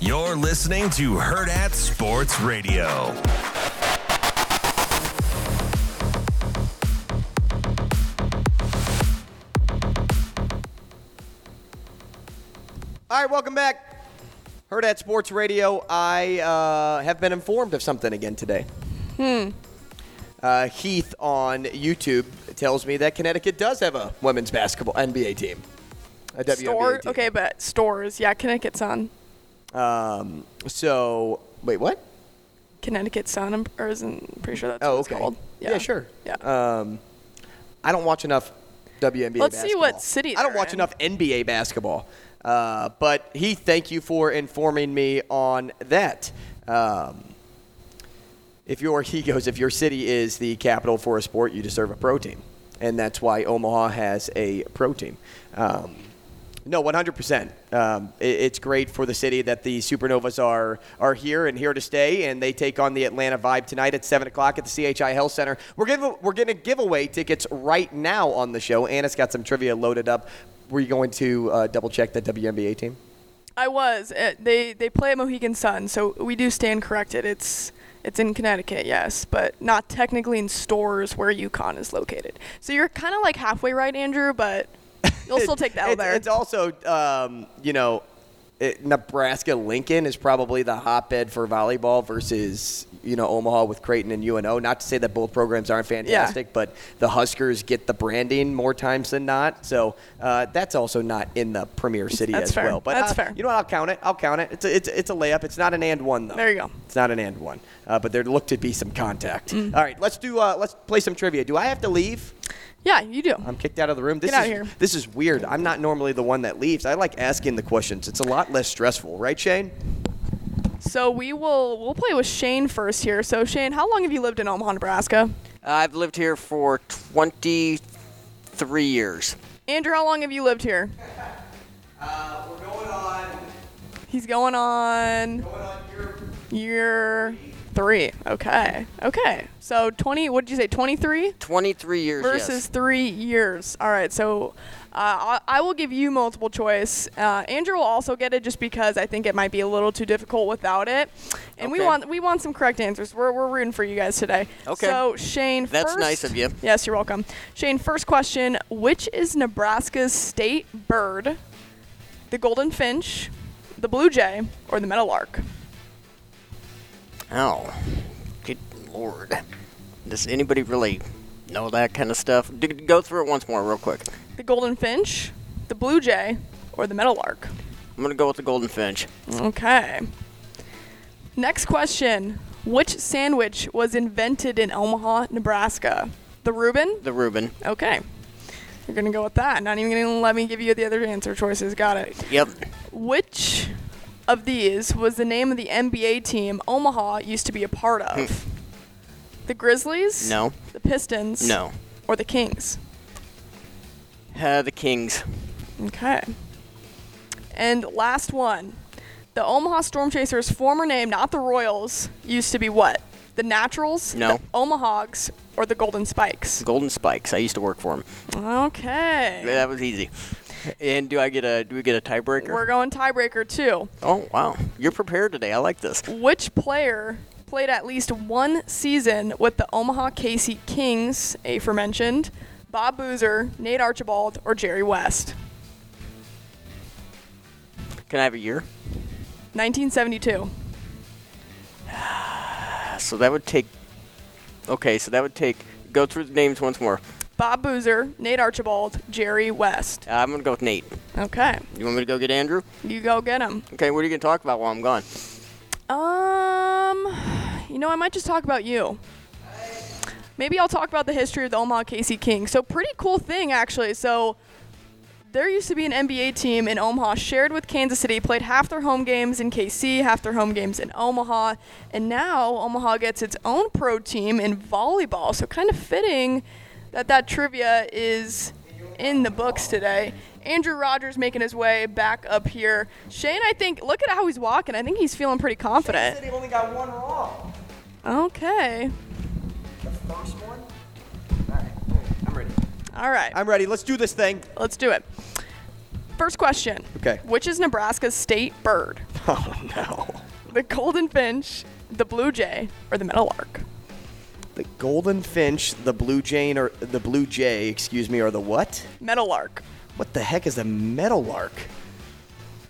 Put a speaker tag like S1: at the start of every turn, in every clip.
S1: You're listening to Herd at Sports Radio.
S2: All right, welcome back. Heard at Sports Radio. I uh, have been informed of something again today. Hmm. Uh, Heath on YouTube tells me that Connecticut does have a women's basketball NBA team. A WNBA
S3: Store?
S2: team.
S3: Okay, but stores. Yeah, Connecticut Sun.
S2: Um, so, wait, what?
S3: Connecticut Sun, I'm, or isn't, pretty sure that's
S2: Oh,
S3: what it's
S2: okay.
S3: called.
S2: Yeah, sure.
S3: Yeah.
S2: Um, I don't watch enough WNBA
S3: Let's see
S2: basketball.
S3: what city
S2: I don't
S3: they're
S2: watch
S3: in.
S2: enough NBA basketball. Uh, but he, thank you for informing me on that. Um, if your he goes, if your city is the capital for a sport, you deserve a pro team, and that's why Omaha has a pro team. Um, no, 100%. Um, it, it's great for the city that the Supernovas are are here and here to stay, and they take on the Atlanta Vibe tonight at 7 o'clock at the CHI Health Center. We're giving we're going to give away tickets right now on the show. Anna's got some trivia loaded up. Were you going to uh, double check that WNBA team?
S3: I was. Uh they they play at Mohegan Sun, so we do stand corrected. It's it's in Connecticut, yes, but not technically in stores where UConn is located. So you're kind of like halfway right, Andrew, but you'll still take that
S2: it's,
S3: out there.
S2: It's also, um, you know, it, Nebraska Lincoln is probably the hotbed for volleyball versus you know Omaha with Creighton and UNO. Not to say that both programs aren't fantastic, but the Huskers get the branding more times than not. So uh, that's also not in the premier city
S3: That's
S2: as
S3: fair.
S2: well. But
S3: That's
S2: uh,
S3: fair.
S2: You know what? I'll count it. I'll count it. It's a, it's, a- it's a layup. It's not an and one though.
S3: There you go.
S2: It's not an and one, uh, but there looked to be some contact.
S3: Mm.
S2: All right, let's do. Uh, let's play some trivia. Do I have to leave?
S3: yeah, you do.
S2: I'm kicked out of the room. This
S3: Get out
S2: is
S3: of here.
S2: this is weird. I'm not normally the one that leaves. I like asking the questions. It's a lot less stressful, right, Shane?
S3: so we will we'll play with Shane first here. So Shane, how long have you lived in Omaha, Nebraska?
S4: I've lived here for 23 years.
S3: Andrew, how long have you lived here?
S2: Uh, we're going on.
S3: He's going on
S2: Going on your.
S3: year three. Okay. Okay. So 20, what did you say, 23?
S4: 23 years. yes.
S3: versus three years. All right, so uh, I, I will give you multiple choice. Uh, Andrew will also get it just because I think it might be a little too difficult without it. And we
S4: Okay.
S3: want we want some correct answers. We're, we're rooting for you guys today.
S4: Okay.
S3: So Shane,
S4: That's
S3: first-
S4: nice of you.
S3: Yes, you're welcome. Shane, first question: Which is Nebraska's state bird? The golden finch, the blue jay, or the meadowlark?
S4: Oh, good lord. Does anybody really know that kind of stuff? D- go through it once more, real quick.
S3: The golden finch, the blue jay, or the meadowlark?
S4: I'm going to go with the Golden Finch.
S3: Okay. Next question. Which sandwich was invented in Omaha, Nebraska? The Reuben?
S4: The Reuben.
S3: Okay. You're going to go with that. Not even going to let me give you the other answer choices. Got it.
S4: Yep.
S3: Which of these was the name of the NBA team Omaha used to be a part of? the Grizzlies?
S4: Hmm. No.
S3: The Pistons?
S4: No.
S3: Or the Kings?
S4: Uh, the Kings.
S3: Okay. And last one. The Omaha Storm Chasers' former name, not the Royals, used to be what? The Naturals,
S4: No.
S3: the Omahogs, or the Golden Spikes?
S4: Golden Spikes. I used to work for them.
S3: Okay.
S4: That was easy. And do I get a do we get a tiebreaker?
S3: We're going tiebreaker two.
S4: oh wow, you're prepared today. I like this.
S3: Which player played at least one season with the Omaha Casey Kings, aforementioned? Bob Boozer, Nate Archibald, or Jerry West?
S4: Can I have a year?
S3: 1972.
S4: So that would take. Okay, so that would take. Go through the names once more.
S3: Bob Boozer, Nate Archibald, Jerry West.
S4: Uh, I'm gonna go with Nate.
S3: Okay,
S4: You want me to go get Andrew?
S3: you go get him.
S4: Okay, what are you gonna talk about while I'm gone?
S3: Um, you know, I might just talk about you. Maybe I'll talk about the history of the Omaha Casey King. So, pretty cool thing, actually. So, there used to be an NBA team in Omaha shared with Kansas City, played half their home games in KC, half their home games in Omaha. And now Omaha gets its own pro team in volleyball. So, kind of fitting that that trivia is in the books today. Andrew Rogers making his way back up here. Shane, I think, look at how he's walking. I think he's feeling pretty confident.
S2: He only got one wrong.
S3: Okay.
S2: First one. All right. I'm ready.
S3: All right.
S2: I'm ready. Let's do this thing.
S3: Let's do it. First question.
S2: Okay.
S3: Which is Nebraska's state bird?
S2: Oh no.
S3: The golden finch, the blue jay, or the meadowlark?
S2: The golden finch, the blue jane, or the blue jay, excuse me, or the what?
S3: Meadowlark.
S2: What the heck is a meadowlark?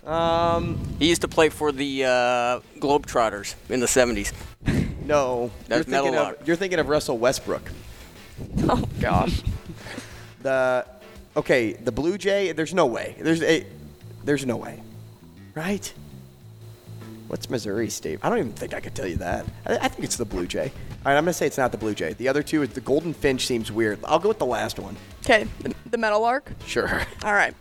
S2: Um,
S4: He used to play for the uh, Globetrotters in the 70s.
S2: no.
S4: That's
S2: you're thinking
S4: meadowlark.
S2: Of, you're thinking of Russell Westbrook.
S3: Oh gosh.
S2: The okay, the blue jay. There's no way. There's a. There's no way. Right? What's Missouri state? I don't even think I could tell you that. I, I think it's the blue jay. All right, I'm gonna say it's not the blue jay. The other two is the golden finch. Seems weird. I'll go with the last one.
S3: Okay, the, the meadowlark.
S2: Sure.
S3: All right.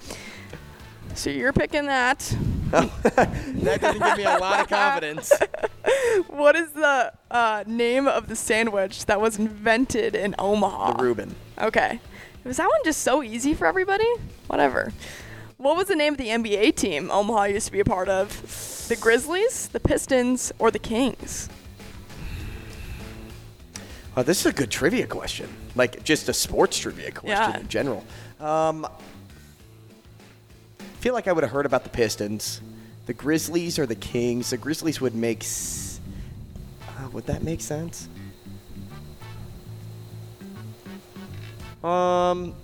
S3: So you're picking that.
S2: that didn't give me a lot of confidence.
S3: What is the uh, name of the sandwich that was invented in Omaha?
S2: The Reuben.
S3: Okay. Was that one just so easy for everybody? Whatever. What was the name of the NBA team Omaha used to be a part of? The Grizzlies, the Pistons, or the Kings?
S2: Oh, this is a good trivia question. Like just a sports trivia question
S3: Yeah.
S2: in general. Um, I feel like I would have heard about the Pistons, the Grizzlies or the Kings. The Grizzlies would make. S- uh, would that make sense? Um.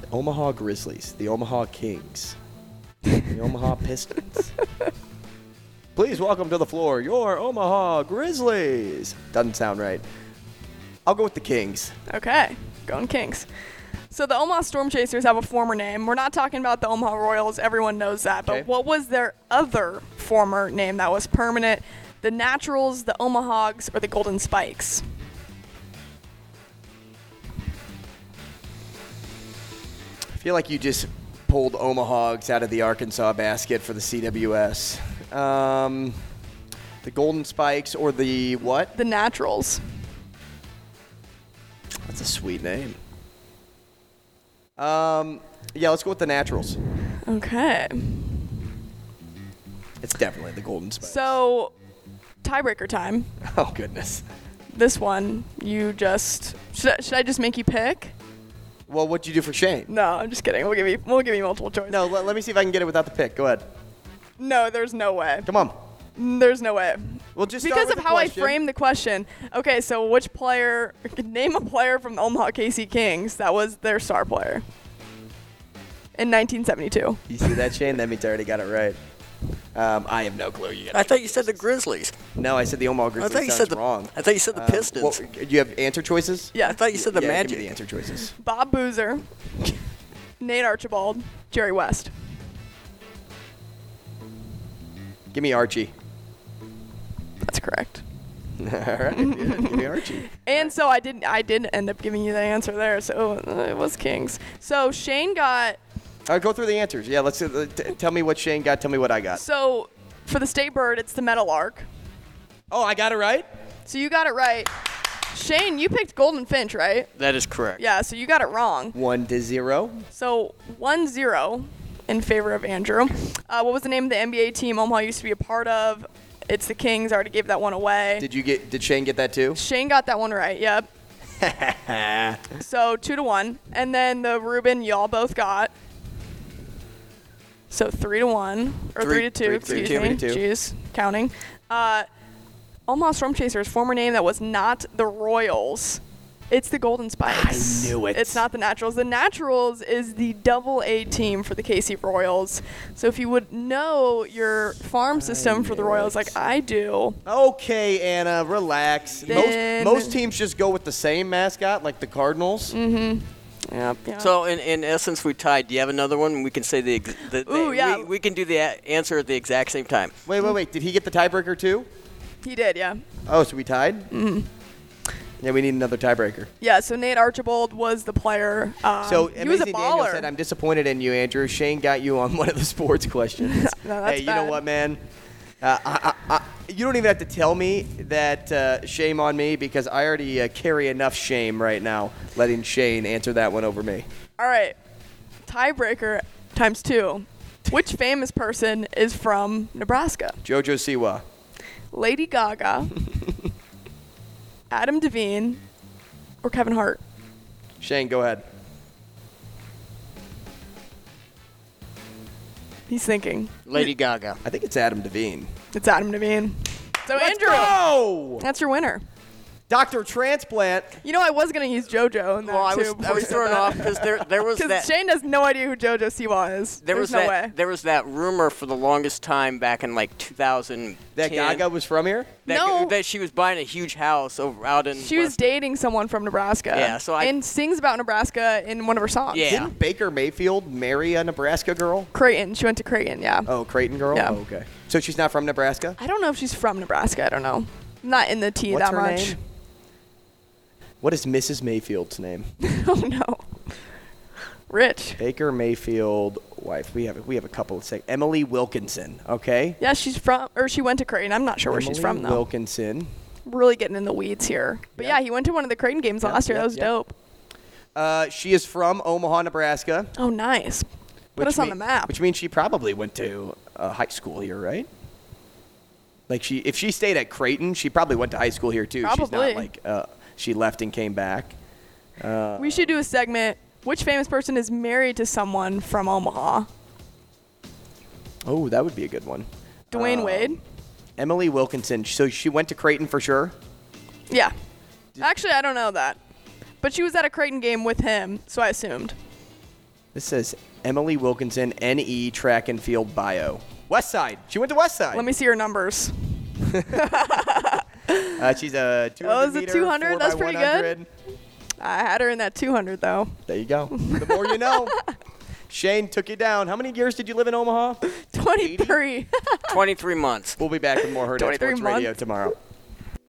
S2: the Omaha Grizzlies, the Omaha Kings, the Omaha Pistons. Please welcome to the floor your Omaha Grizzlies. Doesn't sound right. I'll go with the Kings.
S3: Okay, going Kings. So the Omaha Storm Chasers have a former name. We're not talking about the Omaha Royals, everyone knows that.
S2: Okay.
S3: But what was their other former name that was permanent? The Naturals, the Omahogs, or the Golden Spikes?
S2: I feel like you just pulled Omahogs out of the Arkansas basket for the CWS. Um, the Golden Spikes or the what?
S3: The Naturals.
S2: That's a sweet name. Um, yeah, let's go with the Naturals.
S3: Okay.
S2: It's definitely the Golden Spikes.
S3: So tiebreaker time.
S2: oh goodness.
S3: this one you just should I, should I just make you pick?
S2: Well, what'd you do for Shane?
S3: No, I'm just kidding. We'll give you we'll give you multiple choice.
S2: No, let, let me see if I can get it without the pick. Go ahead.
S3: no, there's no way.
S2: Come on.
S3: There's no way.
S2: Well, just start
S3: because
S2: with
S3: of
S2: the
S3: how
S2: question.
S3: I framed the question. Okay, so which player? Name a player from the Omaha KC Kings that was their star player in 1972.
S2: You see that, Shane? That means I already got it right. Um, I have no clue. You got
S4: I thought you said the Grizzlies.
S2: No, I said the Omaha
S4: I
S2: Grizzlies.
S4: thought you said
S2: Sounds
S4: the
S2: wrong.
S4: I thought you said the
S2: Um,
S4: Pistons.
S2: well, do you have answer choices?
S3: Yeah,
S4: I thought you said the
S2: yeah,
S4: Magic.
S2: Give me the answer choices.
S3: Bob Boozer, Nate Archibald, Jerry West.
S2: Give me Archie.
S3: That's correct.
S2: All right. yeah, give me Archie.
S3: And so I didn't. I didn't end up giving you the answer there. So uh, it was Kings. So Shane got.
S2: All right, go through the answers. Yeah, let's uh, t- tell me what Shane got. Tell me what I got.
S3: So for the state bird, it's the meadowlark.
S2: Oh, I got it right.
S3: So you got it right. Shane, you picked golden finch, right?
S4: That is correct.
S3: Yeah. So you got it wrong.
S2: One to zero.
S3: So one zero in favor of Andrew. Uh, what was the name of the NBA team Omaha used to be a part of? It's the Kings. I already gave that one away.
S2: Did you get? Did Shane get that too?
S3: Shane got that one right. Yep. so two to one, and then the Ruben y'all both got. So three to one or three,
S4: Three-
S3: to two.
S4: three-
S3: excuse
S4: three-
S3: me.
S2: two.
S3: Jeez, counting. Uh, Omaha Storm Chasers former name that was not the Royals It's the Golden Spikes.
S2: I knew it.
S3: It's not the Naturals. The Naturals is the double A team for the KC Royals. So if you would know your farm system for the Royals like I do,
S2: Okay, Anna, relax.
S3: Then-
S2: most most teams just go with the same mascot, like the Cardinals. Mm-hmm. Yeah.
S3: yeah.
S4: So in, in essence, we tied. Do you have another one? We can say the. Ex- the the-
S3: Ooh, yeah.
S4: We, we can do the a- answer at the exact same time.
S2: Wait, wait, wait. Did he get the tiebreaker too?
S3: he did, yeah.
S2: Oh, so we tied. Mm-hmm. Yeah, we need another tiebreaker.
S3: Yeah, so Nate Archibald was the player. Um,
S2: So
S3: he was a
S2: Amazing Daniel
S3: baller.
S2: said, "I'm disappointed in you, Andrew. Shane got you on one of the sports questions.
S3: No, that's
S2: hey, you know
S3: bad.
S2: what, man? Uh, I, I, I, you don't even have to tell me that uh, shame on me because I already uh, carry enough shame right now letting Shane answer that one over me.
S3: All right, tiebreaker times two. Which famous person is from Nebraska?
S2: JoJo Siwa.
S3: Lady Gaga, Adam Devine, or Kevin Hart?
S2: Shane, go ahead.
S3: He's thinking.
S4: Lady Gaga.
S2: I think it's Adam Devine.
S3: It's Adam Devine. So Andrew,
S2: go!
S3: that's your winner.
S2: Dr. Transplant.
S3: You know I was gonna use JoJo in that
S4: Well, I was
S3: too.
S4: I was thrown off because there there was that
S3: because Shane has no idea who JoJo Siwa is.
S4: there
S3: There's
S4: was
S3: no
S4: that
S3: way.
S4: there was that rumor for the longest time back in like 2000
S2: That Gaga was from here?
S4: that,
S3: No.
S4: that she was buying a huge house over out in
S3: she was
S4: West-
S3: dating someone from Nebraska.
S4: Yeah, so I-
S3: and sings about Nebraska in one of her songs.
S4: Yeah.
S2: Didn't Baker Mayfield marry a Nebraska girl?
S3: Creighton. She went to Creighton. Yeah.
S2: Oh, Creighton girl?
S3: Yeah.
S2: Oh, okay. So she's not from Nebraska?
S3: I don't know if she's from Nebraska. I don't know. Not in the tea
S2: What's
S3: that
S2: her
S3: much.
S2: name? What is Mrs. Mayfield's name?
S3: oh no. Rich.
S2: Baker Mayfield wife. We have we have a couple of sec. Emily Wilkinson, okay?
S3: Yeah, she's from, or she went to Creighton. I'm not sure where she's
S2: Emily
S3: from though.
S2: Wilkinson.
S3: Really getting in the weeds here. But yeah, he went to one of the Creighton games last year.
S2: yep,
S3: that was
S2: yep.
S3: dope.
S2: Uh, she is from Omaha, Nebraska.
S3: Oh, nice. Put
S2: Which
S3: us on
S2: mea-
S3: the map.
S2: Which means she probably went to uh, high school here, right? Like she, if she stayed at Creighton, she probably went to high school here too. She's
S3: Probably.
S2: not like uh, she left and came back. Uh,
S3: we should do a segment. Which famous person is married to someone from Omaha?
S2: Oh, that would be a good one.
S3: Dwayne
S2: uh,
S3: Wade.
S2: Emily Wilkinson. So she went to Creighton for sure.
S3: Yeah. Actually, I don't know that. But she was at a Creighton game with him, so I assumed.
S2: This says Emily Wilkinson, NE track and field bio. West Side. She went to West Side.
S3: Let me see her numbers.
S2: Uh, she's a 200
S3: Oh, is it
S2: meter,
S3: 200?
S2: four
S3: That's
S2: by
S3: pretty good.
S2: 100.
S3: I had her in that 200 though.
S2: There you go. The more you know. Shane took you down. How many years did you live in Omaha?
S3: 23.
S4: 23 months.
S2: We'll be back with more Herd at
S3: 23
S2: Sports Radio
S3: months.
S2: tomorrow.